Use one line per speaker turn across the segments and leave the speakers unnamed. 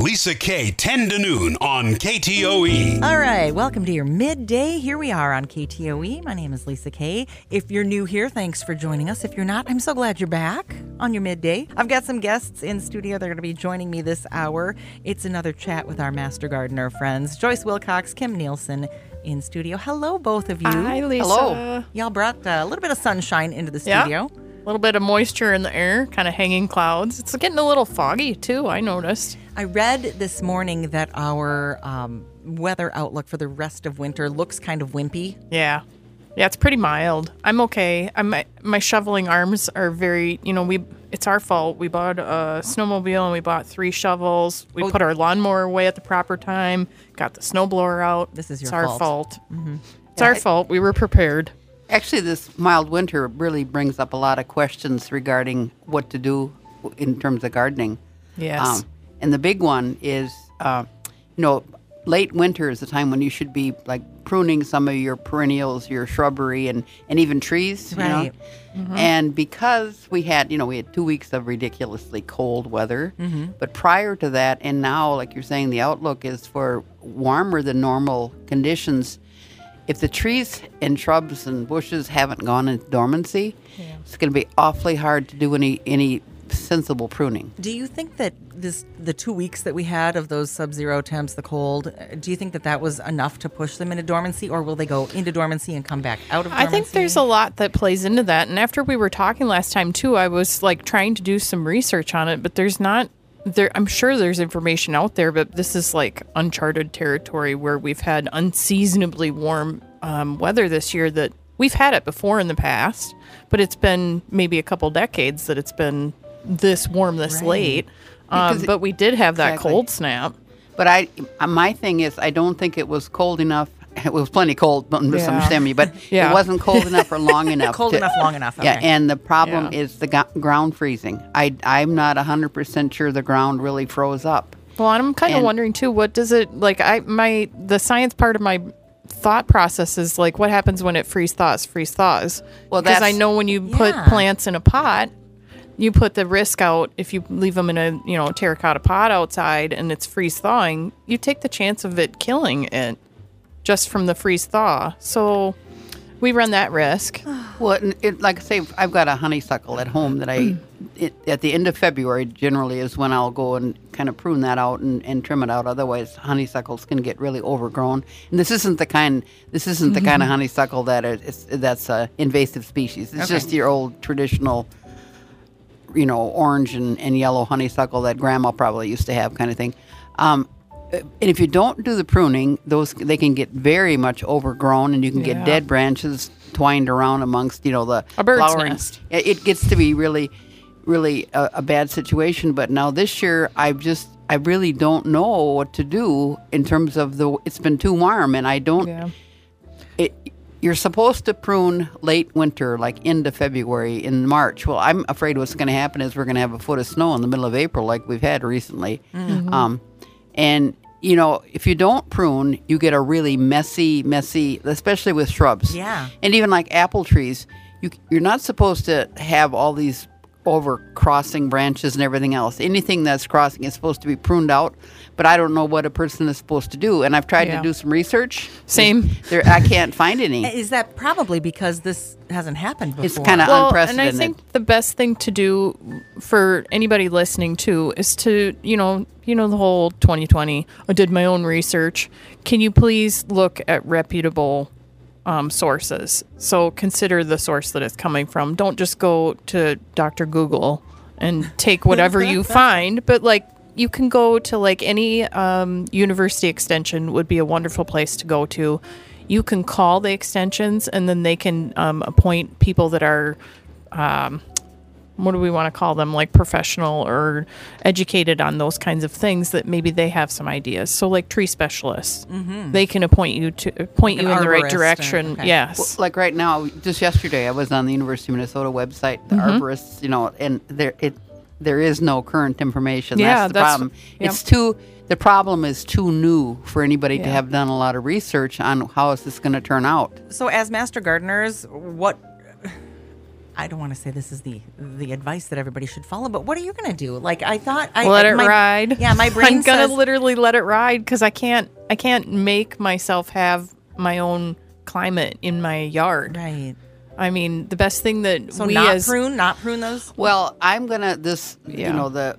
Lisa Kay, 10 to noon on KTOE.
All right, welcome to your midday. Here we are on KTOE. E. My name is Lisa Kay. If you're new here, thanks for joining us. If you're not, I'm so glad you're back on your midday. I've got some guests in studio. They're going to be joining me this hour. It's another chat with our master gardener friends, Joyce Wilcox, Kim Nielsen in studio. Hello, both of you.
Hi, Lisa.
Hello.
Y'all brought uh, a little bit of sunshine into the
Yeah.
studio.
A little bit of moisture in the air, kind of hanging clouds. It's getting a little foggy too. I noticed.
I read this morning that our um, weather outlook for the rest of winter looks kind of wimpy.
Yeah, yeah. It's pretty mild. I'm okay. I'm my, my shoveling arms are very. You know, we. It's our fault. We bought a snowmobile and we bought three shovels.
Oh,
We put our lawnmower away at the proper time. Got the snowblower out.
This is
it's
your
our
fault. Mm-hmm.
fault. It's our fault. We were prepared.
Actually, this mild winter really brings up a lot of questions regarding what to do in terms of gardening. Um,
Yes.
and the big one is, uh, you know, late winter is the time when you should be like pruning some of your perennials, your shrubbery, and, and even trees. you know.
Right.
And because we had, you know, we had two weeks of ridiculously cold weather, but prior to that, and now, like you're saying, the outlook is for warmer than normal conditions. If the trees and shrubs and bushes haven't gone into dormancy, it's going to be awfully hard to do any any sensible pruning.
Do you think that this the two weeks that we had of those sub-zero temps, the cold? uh, Do you think that that was enough to push them into dormancy, or will they go into dormancy and come back out of?
I
dormancy?
think there's a lot that plays into that. And after we were talking last time too, I was like trying to do some research on it, but there's not there I'm sure there's information out there, but this is like uncharted territory where we've had unseasonably warm um, weather this year that we've had it before in the past, but it's been maybe a couple decades that it's been this warm this
Right.
late. Um,
Because it-
but we did have that
Exactly.
cold snap.
But I, uh, my thing is, I don't think it was cold enough. It was plenty cold, don't misunderstand me, but
Yeah.
it wasn't cold enough or long enough.
Cold
to-
enough, long enough,
Yeah,
okay.
and the problem
Yeah.
is the go- ground freezing. I, I'm not 100% sure the ground really froze up.
Well, and I'm kind of
And-
wondering too. What does it like? I my the science part of my thought process is like, what happens when it freeze thaws? Freeze thaws.
Well,
because I
that's-
know when you put
Yeah.
plants in a pot, you put the risk out if you leave them in a you know terracotta pot outside and it's freeze thawing. You take the chance of it killing it just from the freeze thaw. So we run that risk.
Well, it, it, like I say, I've got a honeysuckle at home that I, it, at the end of February, generally is when I'll go and kind of prune that out and, and trim it out. Otherwise, honeysuckles can get really overgrown. And this isn't the kind, this isn't the kind of honeysuckle that is it's, that's a invasive species. It's just your old traditional, you know, orange and, and yellow honeysuckle that grandma probably used to have, kind of thing. Um, and if you don't do the pruning, those they can get very much overgrown, and you can
Yeah.
get dead branches twined around amongst you know the
A bird's
flowering.
nest.
It, it gets to be really, really a, a bad situation. But now this year, I've just I really don't know what to do in terms of the. It's been too warm, and I don't.
Yeah.
It, you're supposed to prune late winter, like into February, in March. Well, I'm afraid what's going to happen is we're going to have a foot of snow in the middle of April, like we've had recently.
Mm-hmm.
Um, and you know, if you don't prune, you get a really messy, messy, especially with shrubs.
Yeah.
And even like apple trees, you you're not supposed to have all these over crossing branches and everything else. Anything that's crossing is supposed to be pruned out, but I don't know what a person is supposed to do. And I've tried
Yeah.
to do some research.
Same.
There, I can't find any.
Is that probably because this hasn't happened before?
It's kind of
And
unprecedented.
I think the best thing to do for anybody listening too is to, you know, you know the whole 2020. I did my own research. Can you please look at reputable um, sources? So consider the source that it's coming from. Don't just go to Dr. Google and take whatever you find, but like you can go to like any um, university extension would be a wonderful place to go to. You can call the extensions and then they can um, appoint people that are what do we want to call them like professional or educated on those kinds of things that maybe they have some ideas so like tree specialists they can appoint you to
Mm-hmm. Like
point
an
you in the
arborist
right
or-
direction
okay.
yes
like right now, just yesterday, I was on the University of Minnesota website, the
Mm-hmm.
arborists, you know, and there it there is no current information.
Yeah,
that's the
that's-
problem.
yeah.
It's too the problem is too new for anybody to have done a lot of research on how is this going to turn out.
so, as master gardeners, what I don't want to say this is the the advice that everybody should follow, but what are you going to do? Like I thought, I
let it
my-
ride.
Yeah, my brain
I'm gonna
says
literally let it ride because I can't. I can't make myself have my own climate in my yard.
right.
I mean, the best thing that
So
we
not
as
prune, not prune those.
Well, I'm gonna this
Yeah.
you know the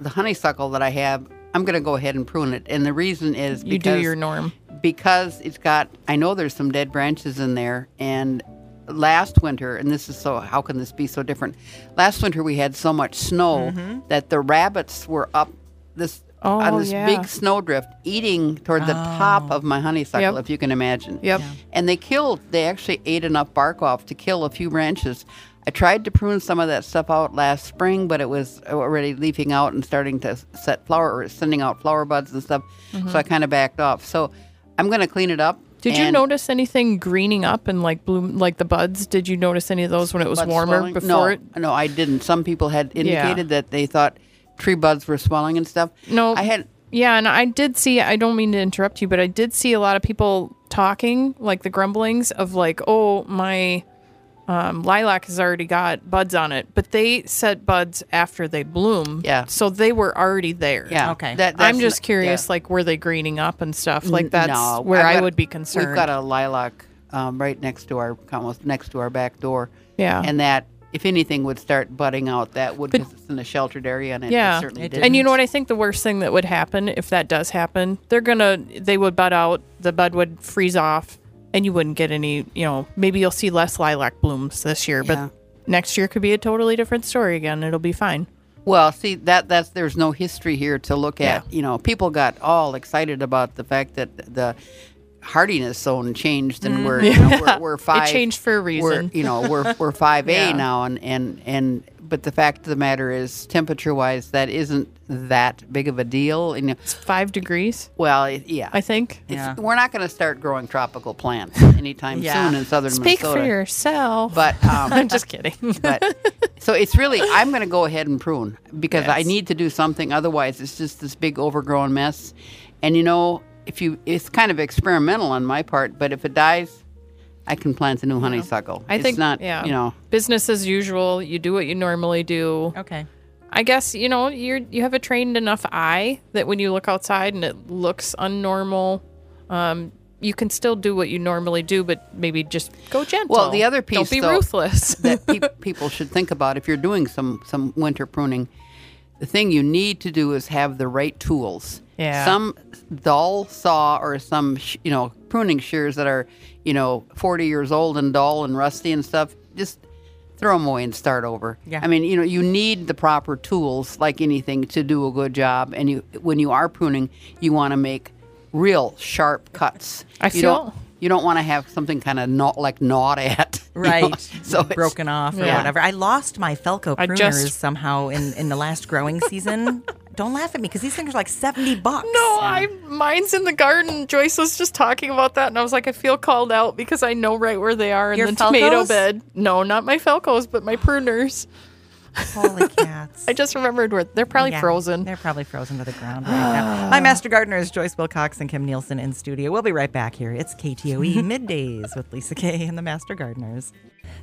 the honeysuckle that I have. I'm gonna go ahead and prune it, and the reason is
you
because
do your norm.
because it's got I know there's some dead branches in there and last winter and this is so how can this be so different last winter we had so much snow that the rabbits were up this
Mm-hmm. Oh,
on this
yeah. Oh.
big snowdrift eating toward the top of my honeysuckle
Yep.
if you can imagine
Yep. Yeah.
and they killed they actually ate enough bark off to kill a few branches i tried to prune some of that stuff out last spring but it was already leafing out and starting to set flower or sending out flower buds and stuff so i kind of backed off so i'm going to clean it up
Mm-hmm. Did you
and-
notice anything greening up and like bloom, like the buds? Did you notice any of those when it was
buds
warmer
swelling?
before
no,
it?
No, I didn't. Some people had indicated that they thought tree buds were swelling and stuff.
No,
I had.
Yeah, and I did see. I don't mean to interrupt you, but I did see a lot of people talking, like the grumblings of like, "Oh, my um, lilac has already got buds on it," but they set buds after they bloom.
Yeah.
so they were already there.
Yeah.
Okay.
I'm
that's-
just curious,
yeah.
like, were they greening up and stuff? Like,
N-
that's
no,
where
I've
I
got-
would be concerned.
We've got a lilac um, right next to our almost next to our back door.
Yeah.
and that if anything would start budding out, that would
But-
because it's in a sheltered area and it, it
yeah,
certainly did.
and you know what? I think the worst thing that would happen if that does happen, they're gonna they would bud out. The bud would freeze off, and you wouldn't get any. You know, maybe you'll see less lilac blooms this year,
Yeah.
but next year could be a totally different story again. It'll be fine.
Well, see that that's there's no history here to look at. You know, people got all excited about the fact that the hardiness zone changed, and we're, you know, we're we're five.
Mm. changed for a
we're,
reason.
you know, we're we're five A
Yeah.
now, and and and but the fact of the matter is, temperature wise, that isn't that big of a deal. And
Five degrees,
well, it- yeah,
I think.
It's,
Yeah.
we're not going to start growing tropical plants anytime
Yeah.
soon in southern
Speak
Minnesota.
for yourself.
But um,
I'm just kidding.
but so it's really I'm going to go ahead and prune because I need to do something. Otherwise, it's just this big overgrown mess. And you know, if you, it's kind of experimental on my part. But if it dies, I can plant a new honeysuckle.
I
it's
think
not.
yeah.
You know,
business as usual. You do what you normally do.
Okay.
I guess you know you're you have a trained enough eye that when you look outside and it looks unnormal, um, you can still do what you normally do, but maybe just go gentle.
Well, the other
don't
piece,
be
though,
ruthless.
that peop people should think about if you're doing some some winter pruning. The thing you need to do is have the right tools.
Yeah.
Some dull saw or some sh- you know pruning shears that are you know 40 years old and dull and rusty and stuff. Just throw them away and start over.
Yeah.
I mean, you know, you need the proper tools like anything to do a good job. And you when you are pruning, you want to make real sharp cuts.
I
you don't,
feel-
you don't want to have something kind of not like gnawed at. you know?
Right.
So it's-
broken off or
Yeah.
whatever. I lost my Felco
I
pruners
just-
somehow in, in the last growing season. Don't laugh at me because these things are like 70 bucks.
No, I mine's in the garden. Joyce was just talking about that, and I was like, I feel called out because I know right where they are in
Your
the tomato
Falcos?
bed. No, not my falcos, but my pruners.
Holy cats.
I just remembered where they're probably
Yeah,
frozen.
They're probably frozen to the ground right now. My master gardener is Joyce Wilcox and Kim Nielsen in studio. We'll be right back here. It's KTOE E Middays with Lisa Kay and the Master Gardeners.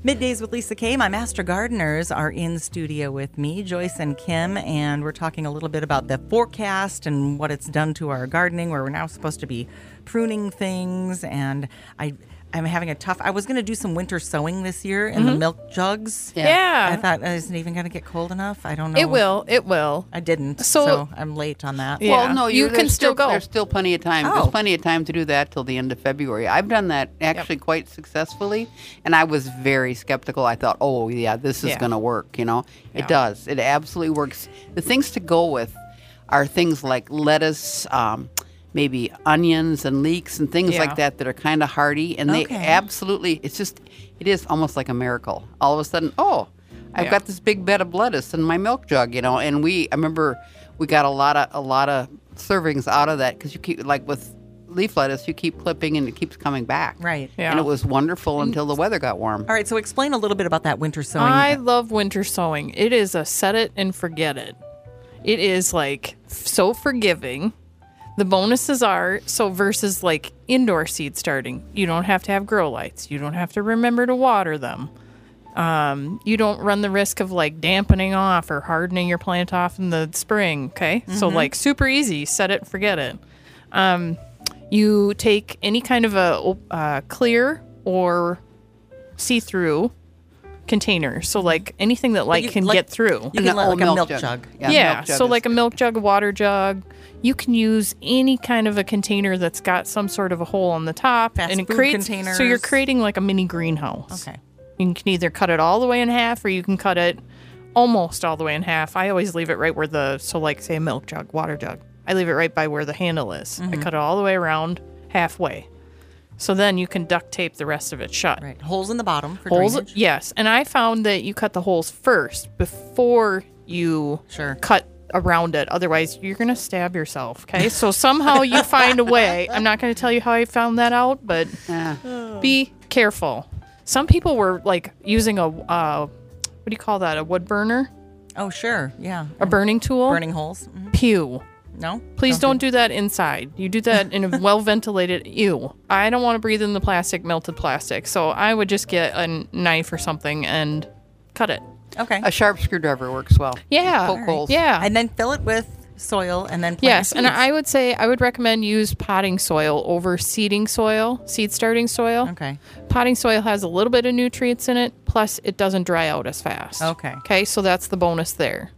Middays with Lisa Kay. My master gardeners are in studio with me, Joyce and Kim, and we're talking a little bit about the forecast and what it's done to our gardening, where we're now supposed to be pruning things. And I, I'm having a tough. I was going to do some winter sowing this year in the milk jugs.
Yeah.
Mm-hmm. yeah,
I thought, is it even going to get cold enough? I don't know.
it will. It will.
I didn't. So,
So-
I'm late on that.
Yeah.
Well, no,
You
you're-
can
there's
still go.
There's still plenty of time.
Oh.
There's plenty of time to do that till the end of February. I've done that actually quite successfully, and I was very skeptical. I thought, oh yeah, this is
Yeah.
going to work. You know, it does. It absolutely works. The things to go with are things like lettuce. Um, Maybe onions and leeks and things
Yeah.
like that that are kind of hardy, and they
Okay.
absolutely, it's just, it is almost like a miracle. All of a sudden, oh, I've
Yeah.
got this big bed of lettuce in my milk jug, you know. And we, I remember, we got a lot of a lot of servings out of that because you keep like with leaf lettuce, you keep clipping and it keeps coming back.
Right.
Yeah.
And it was wonderful until the weather got warm.
All right. So explain a little bit about that winter sewing.
I love winter sewing. It is a set it and forget it. It is like so forgiving. The bonuses are so versus like indoor seed starting, you don't have to have grow lights. You don't have to remember to water them. Um, you don't run the risk of like dampening off or hardening your plant off in the spring. Okay. So, like, super easy. Set it, and forget it. Um, you take any kind of a o- uh, clear or see through container. So, like, anything that light
you-
can
like-
get through.
You can let
Oh,
like a milk jug.
Yeah, so
is
like a milk jug, a water jug. You can use any kind of a container that's got some sort of a hole on the top,
Fast
and it
food
creates. So you're
containers.
creating like a mini greenhouse.
Okay.
You can either cut it all the way in half, or you can cut it almost all the way in half. I always leave it right where the so like say a milk jug, water jug. I leave it right by where the handle is. I cut it all the way around halfway. So then you can duct tape the rest of it shut.
Right. Holes in the bottom for
Holes,
drainage.
yes. And I found that you cut the holes first before you
Sure.
cut around it. Otherwise, you're going to stab yourself. Okay. So somehow you find a way. I'm not going to tell you how I found that out, but be careful. Some people were like using a, uh, what do you call that? A wood burner?
Oh, sure. Yeah.
A burning tool?
Burning holes. Mhm.
Pew.
No.
Please don't do that inside. You do that in a well ventilated. Ew. I don't want to breathe in the plastic, melted plastic. So I would just get a n- knife or something and cut it.
Okay.
a sharp screwdriver works well.
Yeah.
Poke holes.
Uh, Yeah.
And then fill it with soil and then plant your
yes. And
seeds.
I would say I would recommend use potting soil over seeding soil, seed starting soil.
Okay.
Potting soil has a little bit of nutrients in it, plus it doesn't dry out as fast.
Okay.
Okay, so that's the bonus there.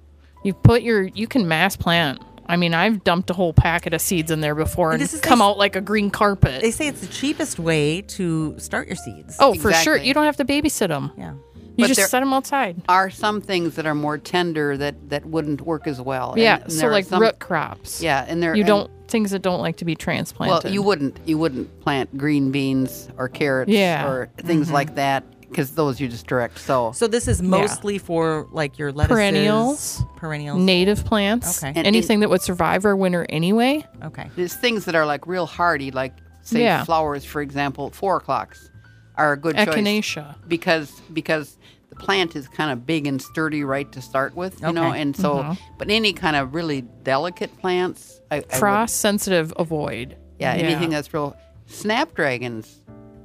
You put your you can mass plant. I mean, I've dumped a whole packet of seeds in there before and
This is-
come out like a green carpet.
They say it's the cheapest way to start your seeds.
oh, for sure.
Exactly.
You don't have to babysit them.
Yeah.
You
But
just
there-
set them outside.
Are some things that are more tender that that wouldn't work as well? And-
Yeah.
and
So
there are
like
some-
root crops.
Yeah, and there
You
and-
don't things that don't like to be transplanted.
Well, you wouldn't you wouldn't plant green beans or carrots
Yeah. Mm-hmm.
or things like that because those you just direct sow.
So this is mostly for like your lettuces,
Perennials.
perennials.
native plants.
Okay.
And-
Anything that would survive our winter anyway.
okay.
There's things that are like real hardy, like say
Yeah.
flowers, for example, four o'clocks are a good choice
Echinacea.
because because the plant is kind of big and sturdy right to start with, you know,
Okay.
and so
Mm-hmm.
but any kind of really delicate plants, I, I would-
Frost sensitive avoid.
yeah, anything that's real snapdragons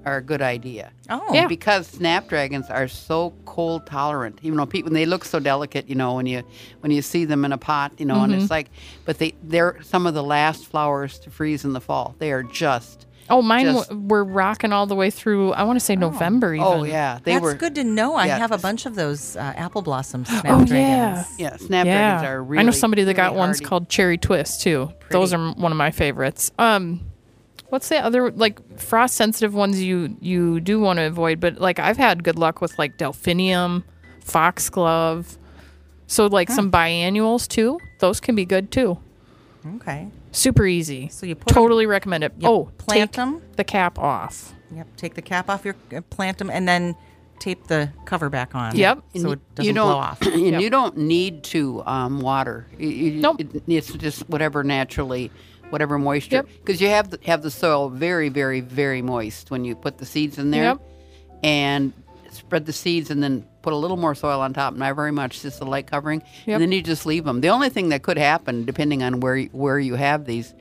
are a good idea.
Oh.
Yeah.
because snapdragons are so cold tolerant even though people they look so delicate you know when you when you see them in a pot you know
Mm-hmm.
and it's like but they they're some of the last flowers to freeze in the fall they are just
Oh, mine
Just-
w- were rocking all the way through. I want to say November. Even.
oh yeah they
That's
were
good to know. I
yeah.
have a bunch of those uh, apple blossom
Oh
snapdragons.
yeah.
yeah snapdragons
Yeah.
are really
I know somebody that
really
got ones
hardy.
called Cherry Twist too. Those are m- one of my favorites. Um, what's the other like frost sensitive ones you you do want to avoid? But like I've had good luck with like Delphinium, Foxglove. So like some biannuals too. Those can be good too.
Okay.
Super easy.
So you put 'em-
totally recommend it.
you
oh,
plant
take
'em?
the cap off.
Yep. Take the cap off your uh, plant them and then tape the cover back on.
Yep.
So it doesn't
you don't,
blow off.
and
Yep.
you don't need to um, water. You- you-
Nope.
it- it's just whatever naturally, whatever moisture.
Yep.
Because you have the, have the soil very, very, very moist when you put the seeds in there,
Yep.
and spread the seeds, and then put a little more soil on top, not very much, just a light covering,
Yep.
and then you just leave them. The only thing that could happen, depending on where you- where you have these,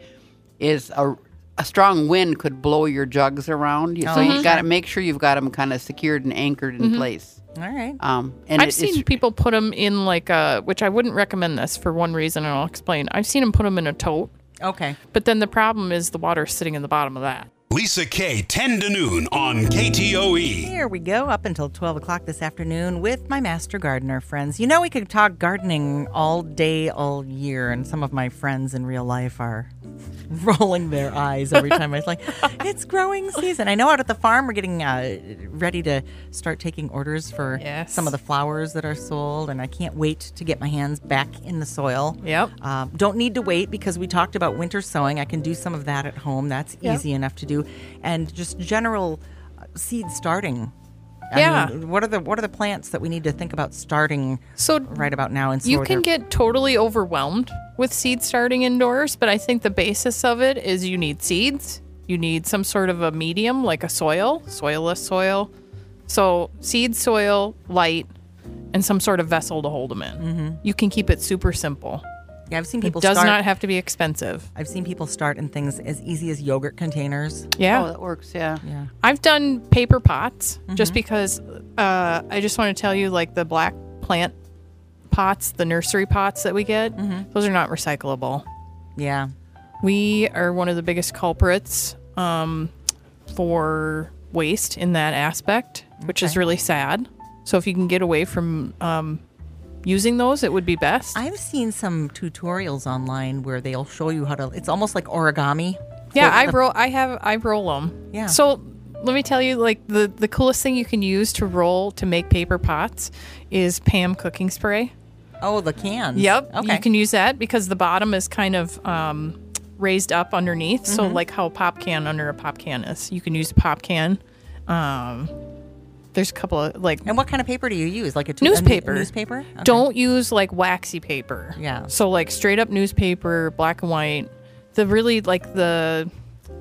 is a a strong wind could blow your jugs around, so you got to make sure you've got them kind of secured and anchored in place.
All right.
Um, and
I've
it- it's-
seen people put them in like a, which I wouldn't recommend this for one reason, and I'll explain. I've seen them put them in a tote,
Okay.
but then the problem is the water sitting in the bottom of that.
Lisa K. 10 to noon on KTOE.
Here we go, up until 12 o'clock this afternoon with my master gardener friends. You know, we could talk gardening all day, all year, and some of my friends in real life are rolling their eyes every time I was like, it's growing season. I know out at the farm we're getting uh, ready to start taking orders for
Yes.
some of the flowers that are sold, and I can't wait to get my hands back in the soil.
Yep.
Um, don't need to wait because we talked about winter sowing. I can do some of that at home. That's easy enough to do, and just general uh, seed starting. I
Yeah.
mean, what are the what are the plants that we need to think about starting
So
right about now? And
you
so
can
they're-
get totally overwhelmed with seed starting indoors, but I think the basis of it is you need seeds, you need some sort of a medium like a soil, soilless soil. So, seed, soil, light, and some sort of vessel to hold them in. You can keep it super simple.
Yeah, I've seen people
It does
start.
not have to be expensive.
I've seen people start in things as easy as yogurt containers.
Yeah.
Oh, that works. Yeah.
Yeah.
I've done paper pots just because uh, I just want to tell you like the black plant pots, the nursery pots that we get, those are not recyclable.
Yeah.
We are one of the biggest culprits um, for waste in that aspect, which is really sad. So if you can get away from um, using those, it would be best.
I've seen some tutorials online where they'll show you how to. It's almost like origami.
yeah,
Flip
I
the-
roll. I have. I roll them.
uh, Yeah.
So let me tell you, like the the coolest thing you can use to roll to make paper pots is Pam cooking spray.
Oh, the cans.
Yep.
Okay.
You can use that because the bottom is kind of um, raised up underneath. So,
Mm-hmm.
like how pop can under a pop can is, you can use a pop can. Um, there's a couple of like
and what kind of paper do you use? Like a tu- a ne-
newspaper.
newspaper. Okay.
Don't use like waxy paper.
Yeah.
So, like straight up newspaper, black and white. The really like the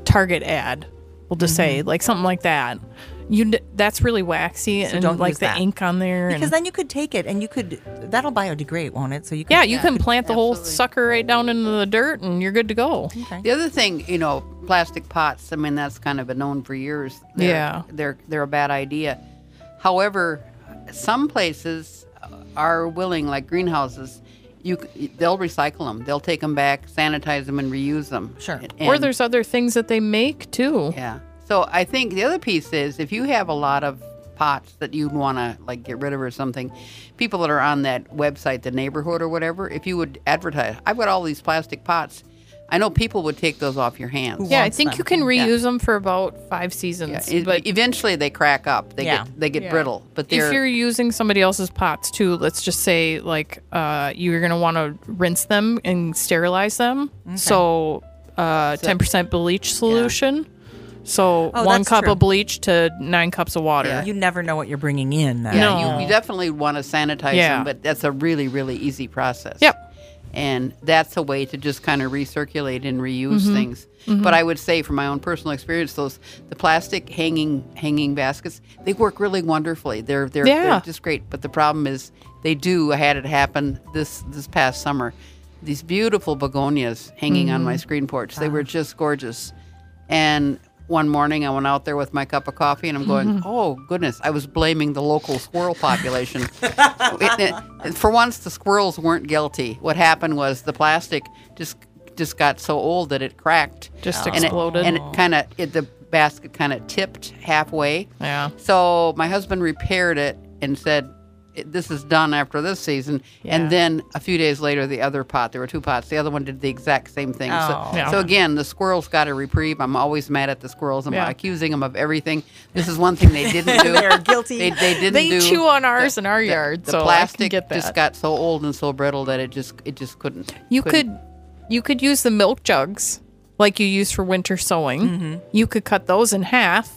Target ad will just
Mm-hmm.
say like something like that. You d- that's really waxy and
don't
like
use
the
that.
ink on there and
Because then you could take it and you could. That'll biodegrade, won't it? So you. Could,
yeah, you can plant the whole sucker right down into the dirt and you're good to go.
The other thing, you know, plastic pots. I mean, that's kind of been known for years. They're,
Yeah.
they're they're a bad idea. However, some places are willing, like greenhouses. You c- they'll recycle them. They'll take them back, sanitize them, and reuse them.
Sure.
or
And-
there's other things that they make too.
Yeah. So I think the other piece is if you have a lot of pots that you'd want to like get rid of or something, people that are on that website, the neighborhood or whatever, if you would advertise, I've got all these plastic pots. I know people would take those off your hands.
Yeah, I
wants
think
them.
you can reuse them for about five seasons.
Yeah, it-
but
eventually they crack up. They
Yeah.
get they get
Yeah.
brittle. But they're
if you're using somebody else's pots too, let's just say like uh, you're gonna want to rinse them and sterilize them. So uh, ten percent bleach solution. So
Oh,
one
that's
cup
true.
of bleach to nine cups of water.
Yeah.
You never know what you're bringing in. Then.
yeah,
No.
you, you definitely want to sanitize
Yeah.
them, but that's a really really easy process.
Yep.
And that's a way to just kind of recirculate and reuse
Mm-hmm.
things. But I would say, from my own personal experience, those the plastic hanging hanging baskets they work really wonderfully. They're they're,
Yeah.
they're just great. But the problem is they do. I had it happen this this past summer. These beautiful begonias hanging on
Mm-hmm.
my screen porch. They
Ah.
were just gorgeous. And one morning I went out there with my cup of coffee and I'm
Mm-hmm.
going, oh goodness, I was blaming the local squirrel population. It- it- for once, the squirrels weren't guilty. What happened was the plastic just just got so old that it cracked.
Just
And it-
exploded.
And it, kind of, it, the basket kind of tipped halfway.
Yeah.
So my husband repaired it and said, "I- "This is done after this season."
Yeah.
And then a few days later, the other pot. There were two pots. The other one did the exact same thing.
Oh.
So,
Yeah.
so again, the squirrels got a reprieve. I'm always mad at the squirrels. I'm
Yeah.
accusing them of everything. This is one thing they didn't do.
They're guilty.
They, they didn't
They
do.
chew on ours in our
the-
yard,
The
so I can
plastic
get that.
just got so old and so brittle that it just it just couldn't.
You
couldn't-
could you could use the milk jugs like you use for winter sowing.
Mm-hmm.
You could cut those in half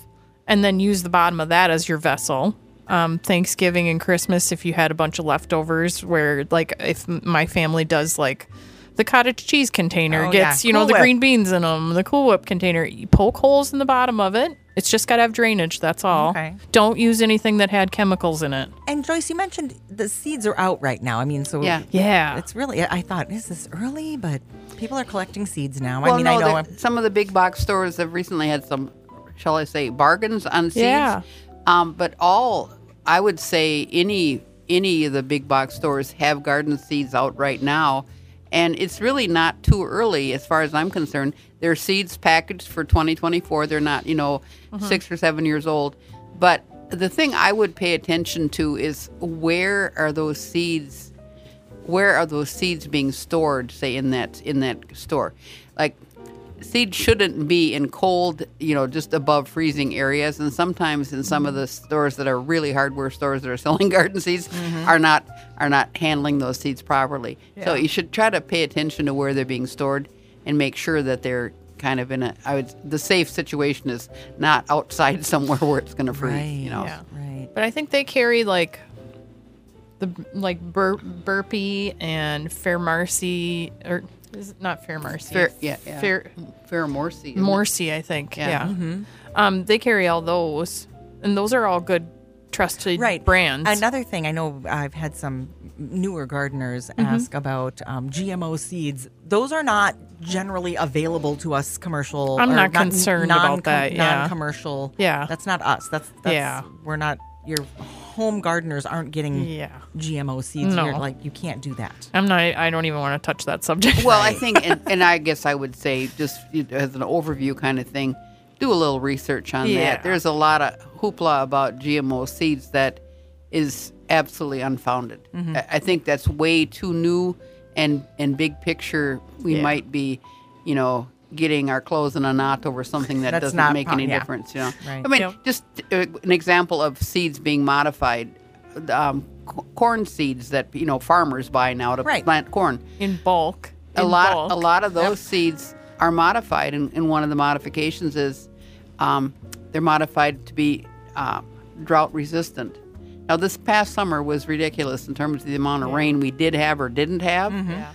and then use the bottom of that as your vessel. Um, Thanksgiving and Christmas, if you had a bunch of leftovers, where like if m- my family does like the cottage cheese container
Oh,
gets
yeah.
you know
Cool
the
Whip.
green beans in them, the Cool Whip container, you poke holes in the bottom of it. It's just got to have drainage. That's all.
Okay.
Don't use anything that had chemicals in it.
And Joyce, you mentioned the seeds are out right now. I mean, so
Yeah.
Yeah.
it's really. I thought is this early, but people are collecting seeds now.
Well,
I mean,
no,
I know.
the-
I'm-
some of the big box stores have recently had some, shall I say, bargains on seeds.
Yeah.
Um, but all, I would say, any any of the big box stores have garden seeds out right now, and it's really not too early as far as I'm concerned. They're seeds packaged for 2024. They're not, you know, six or seven years old, but. The thing I would pay attention to is where are those seeds where are those seeds being stored say in that in that store like seeds shouldn't be in cold you know just above freezing areas and sometimes in some of the stores that are really hardware stores that are selling garden seeds are not are not handling those seeds properly so you should try to pay attention to where they're being stored and make sure that they're kind of in a I would the safe situation is not outside somewhere where it's going to freeze you know
Yeah.
Right.
But I think they carry like the like bur- Burpee and Fairmarcy or is it not Fairmarcy?
Fair- yeah, yeah.
Fair
fair more seeds
Morrissey, I think. Yeah.
Yeah.
Um, they carry all those, and those are all good trusted
right
brands.
Another thing I know I've had some newer gardeners
Mm-hmm.
ask about um, GMO seeds. Those are not generally available to us commercial.
I'm
or
not concerned about
non-com-
that, yeah.
Non-commercial.
Yeah.
that's not us. That's, that's
Yeah.
We're not. Your home gardeners aren't getting
Yeah.
GMO seeds.
No.
You're like you can't do that.
I'm not. I don't even want to touch that subject.
Well, I think, and, and I guess I would say, just you know, as an overview kind of thing, do a little research on
Yeah.
that. There's a lot of hoopla about GMO seeds that is absolutely unfounded.
Mm-hmm.
I, I think that's way too new, and and big picture, we
Yeah.
might be, you know, getting our clothes in a knot over something that
That's
doesn't
not
make
pro-
any
yeah.
difference. You know,
Right.
I mean,
Yep.
just uh, an example of seeds being modified. Um, c- corn seeds that you know farmers buy now to
Right.
plant corn
in bulk.
a
in
lot
bulk.
a lot of those seeds are modified and, and one of the modifications is um, they're modified to be uh, drought resistant now this past summer was ridiculous in terms of the amount of rain we did have or didn't have
Mm-hmm.
Yeah.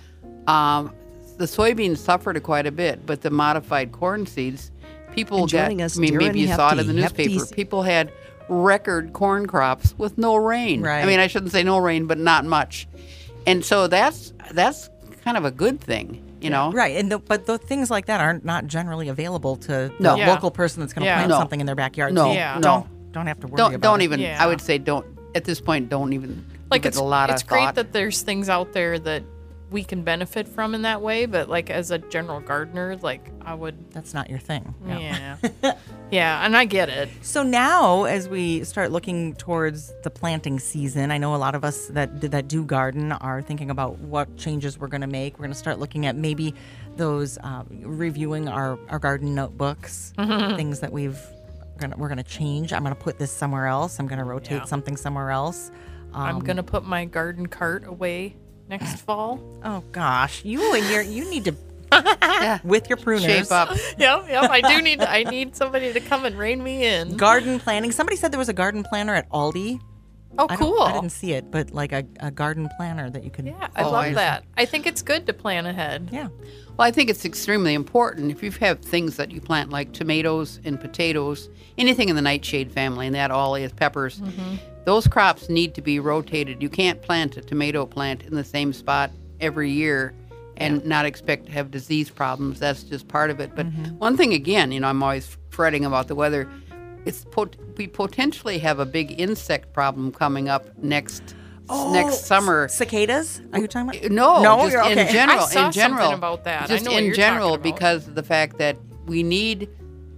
um, the soybeans suffered quite a bit but the modified corn seeds people
And
got
joining us,
I mean,
Darren
maybe you saw it in
Hefty.
the newspaper
Hefty's-
people had record corn crops with no rain
Right.
i mean I shouldn't say no rain, but not much. And so that's that's kind of a good thing, you know.
Right, and the, but the things like that aren't not generally available to
No.
the
Yeah.
local person that's going to
Yeah.
plant
No.
something in their backyard.
No,
So
Yeah.
no.
don't don't have to worry.
Don't
about
don't
it.
even.
Yeah.
I would say don't at this point. Don't even.
like
give
it's
it a lot
it's
of
great
thought.
that there's things out there that we can benefit from in that way but like as a general gardener like i would
That's not your thing. Yeah.
yeah yeah and i get it
So now, as we start looking towards the planting season, I know a lot of us that that do garden are thinking about what changes we're going to make. We're going to start looking at maybe those um, reviewing our our garden notebooks, things that we've gonna, we're going to change. I'm going to put this somewhere else. I'm going to rotate something somewhere else.
i'm gonna put my garden cart away next fall
Oh gosh, you and your you need to
Yeah.
with your pruners
shape up.
yep yep i do need i need somebody to come and rein me in
garden planning. Somebody said there was a garden planner at Aldi.
oh
I don't-
cool
I didn't see it, but like a, a garden planner that you can.
yeah i
Oh,
love
I-
that i think it's good to plan ahead
Yeah.
Well, I think it's extremely important if you have things that you plant like tomatoes and potatoes, anything in the nightshade family, and that all is peppers. Those crops need to be rotated. You can't plant a tomato plant in the same spot every year and not expect to have disease problems. That's just part of it. But one thing again, you know, I'm always fretting about the weather. It's pot- we potentially have a big insect problem coming up next next summer.
Oh, Cicadas? Are you talking about?
No,
No,
just
you're
in
okay.
general.
I saw
in general,
something about that. I
Just
know what
in
you're
general,
talking about.
because of the fact that we need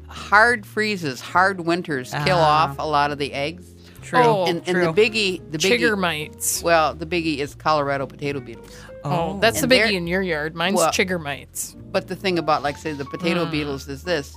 hard freezes, hard winters kill
Ah.
off a lot of the eggs.
True.
Oh,
and, and the biggie, the biggie,
chigger mites
well, the biggie is Colorado potato beetles.
oh, that's the
And they're-
biggie in your yard mine's
Well-
chigger mites
But the thing about, like, say, the potato
Hmm.
beetles is this: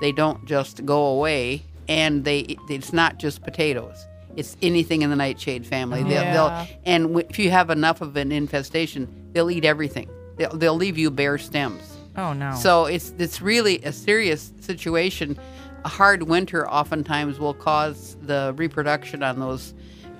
they don't just go away, and they it's not just potatoes. It's anything in the nightshade family. They'll,
Yeah.
they'll and w- if you have enough of an infestation, they'll eat everything. They'll, they'll leave you bare stems.
Oh no.
So it's it's really a serious situation. A hard winter oftentimes will cause the reproduction on those.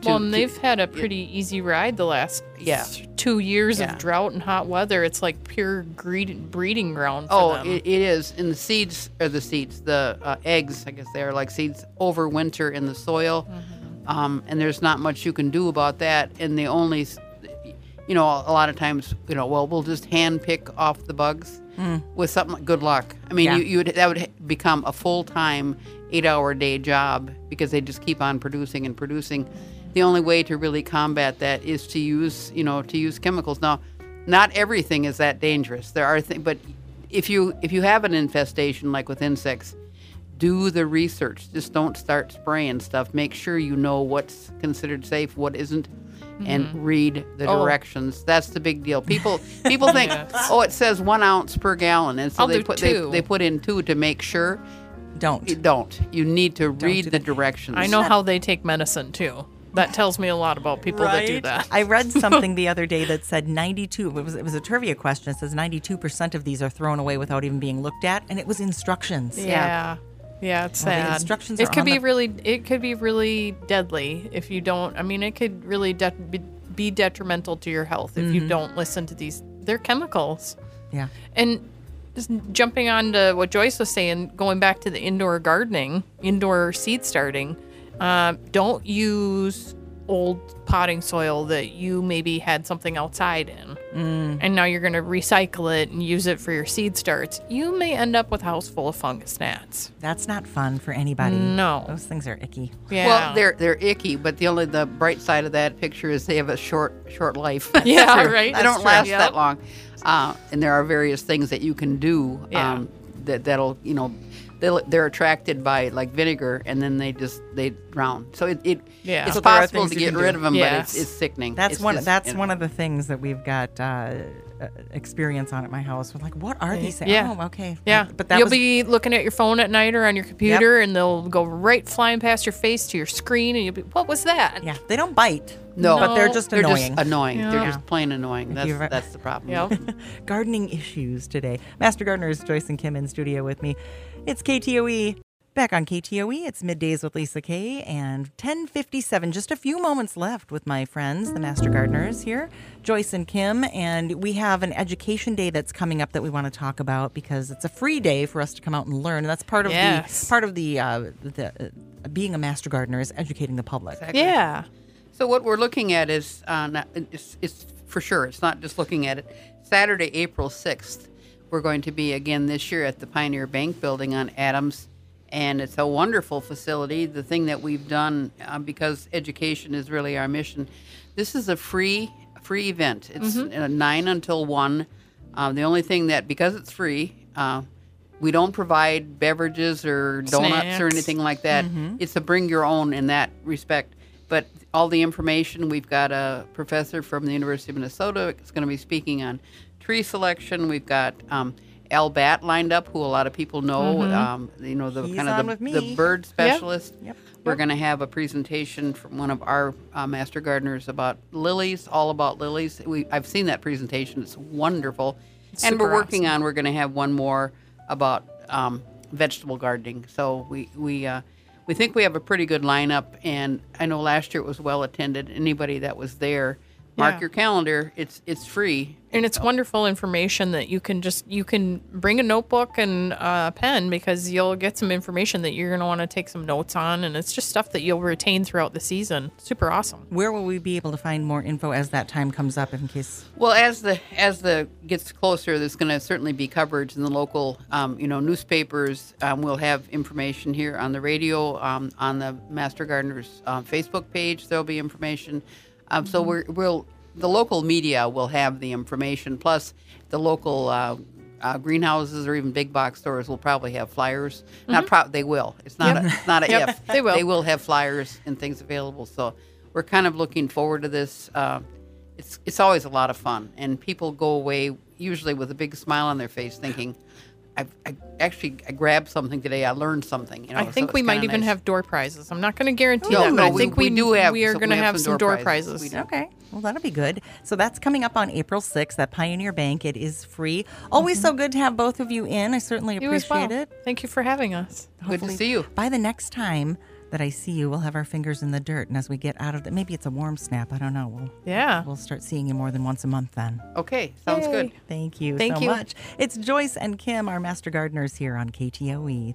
to-
well, and
to-
they've had a pretty easy ride the last
Yeah.
two years
Yeah.
of drought and hot weather. It's like pure greed, breeding ground for
oh,
them.
it, it is. And the seeds or the seeds, the uh, eggs, I guess they are like seeds overwinter in the soil,
Mm-hmm.
um, and there's not much you can do about that. And the only, s- you know, a lot of times, you know, well, we'll just hand pick off the bugs with something. Good luck. I mean,
Yeah.
you, you would that would become a full time eight hour day job because they just keep on producing and producing. The only way to really combat that is to use you know to use chemicals. Now, not everything is that dangerous. There are things, but if you if you have an infestation like with insects, do the research. Just don't start spraying stuff. Make sure you know what's considered safe, what isn't, and read the
Oh.
directions. That's the big deal. People people think, oh, it says one ounce per gallon, and so
I'll
they
do
put they,
two.
they put in two to make sure.
don't.
You don't. You need to read the directions.
I know how they take medicine too. That tells me a lot about people that do that.
I read something the other day that said 92. It was it was a trivia question. It says 92 percent of these are thrown away without even being looked at, and it was instructions.
yeah. Yeah, it's
Well, the
sad.
instructions
it
are
could
on
be
the-
really it could be really deadly if you don't I mean it could really de- be- be detrimental to your health if
Mm-hmm.
you don't listen to these they're chemicals.
Yeah.
And just jumping on to what Joyce was saying, going back to the indoor gardening, indoor seed starting, Um, don't use old potting soil that you maybe had something outside in,
Mm.
and now you're going to recycle it and use it for your seed starts. You may end up with a house full of fungus gnats.
That's not fun for anybody.
No.
Those things are icky.
Yeah.
Well, they're they're icky, but the only the bright side of that picture is they have a short short life.
Yeah, right.
They
That's
don't
true.
last
Yep.
that long, uh, and there are various things that you can do
Yeah.
um, that that'll you know they'll, they're attracted by like vinegar, and then they just they drown. So it, it
Yeah.
it's
So
there are
possible
things
to
you
get
can
rid
do.
of them,
Yes.
but it's, it's sickening.
That's
It's
one.
just-
that's
it-
one of the things that we've got uh, uh, experience on at my house. We're like, what are these? things?
Yeah.
Oh, okay.
Yeah,
But that
you'll
was
be looking at your phone at night or on your computer, and they'll go right flying past your face to your screen, and you'll be, "What was that?"
yeah. They don't bite.
No.
but they're
No,
just
they're
annoying.
just annoying. They're
Yeah.
just plain annoying. That's
you're-
that's the problem.
Yep.
Gardening issues today. Master gardeners Joyce and Kim in studio with me. It's KTOE. E. Back on KTOE, E, it's middays with Lisa Kay and 10:57. Just a few moments left with my friends, the Master Gardeners here, Joyce and Kim, and we have an education day that's coming up that we want to talk about because it's a free day for us to come out and learn. And that's part of
Yes.
the part of the uh, the uh, being a Master Gardener is educating the public.
yeah,
So what we're looking at is, uh, not, it's, it's for sure. It's not just looking at it. Saturday, April sixth, we're going to be again this year at the Pioneer Bank Building on Adams, and it's a wonderful facility. The thing that we've done uh, because education is really our mission. This is a free free event. It's uh, nine until one. Uh, the only thing that because it's free. Uh, we don't provide beverages or donuts or
Snacks.
anything like that.
Mm-hmm.
It's a bring your own in that respect. But all the information we've got a professor from the University of Minnesota is going to be speaking on tree selection. We've got um, Al Bat lined up, who a lot of people know. Um, you know the
Mm-hmm. He's
kind
on
of
with
the,
me.
the bird specialist.
Yep.
We're going to have a presentation from one of our uh, master gardeners about lilies, all about lilies. We I've seen that presentation. It's wonderful. and
super
we're working on we're going to have one more about um, vegetable gardening. So we we uh, we think we have a pretty good lineup. And I know last year it was well attended. Anybody that was there, mark
Yeah.
your calendar. It's it's free.
and it's wonderful information that you can just you can bring a notebook and a pen because you'll get some information that you're going to want to take some notes on, and it's just stuff that you'll retain throughout the season. Super awesome.
Where will we be able to find more info as that time comes up in case
Well, as the as the gets closer, there's going to certainly be coverage in the local, um, you know, newspapers. Um, we'll have information here on the radio, um, on the Master Gardeners um, Facebook page. There'll be information. Um, So
Mm-hmm.
we're, we'll the local media will have the information. Plus, the local uh, uh, greenhouses or even big box stores will probably have flyers. Not pro- they will. It's not a, it's not a
Mm-hmm. Yep,
if
they will.
They will have flyers and things available. So we're kind of looking forward to this. Uh, it's it's always a lot of fun, and people go away usually with a big smile on their face, thinking, "I, I actually I grabbed something today. I learned something." You know,
I
Oh, so
think
it's
we might
kinda
even
nice.
have door prizes. I'm not going to guarantee
No,
that, but
no,
I
we-
think
we do have-
we are
so
going to
we have
have some door prizes.
We do.
Okay. Well, that'll be good. So that's coming up on April 6th at Pioneer Bank. It is free. Always so good to have both of you in. I certainly
You as
appreciate
well.
it.
Thank you for having us.
Good to see you.
By the next time that I see you, we'll have our fingers in the dirt. And as we get out of the, maybe it's a warm snap. I don't know. We'll,
Yeah.
we'll start seeing you more than once a month then.
Okay, sounds
Yay.
good.
Thank you
Thank
so
you.
much. It's Joyce and Kim, our master gardeners here on KTOE.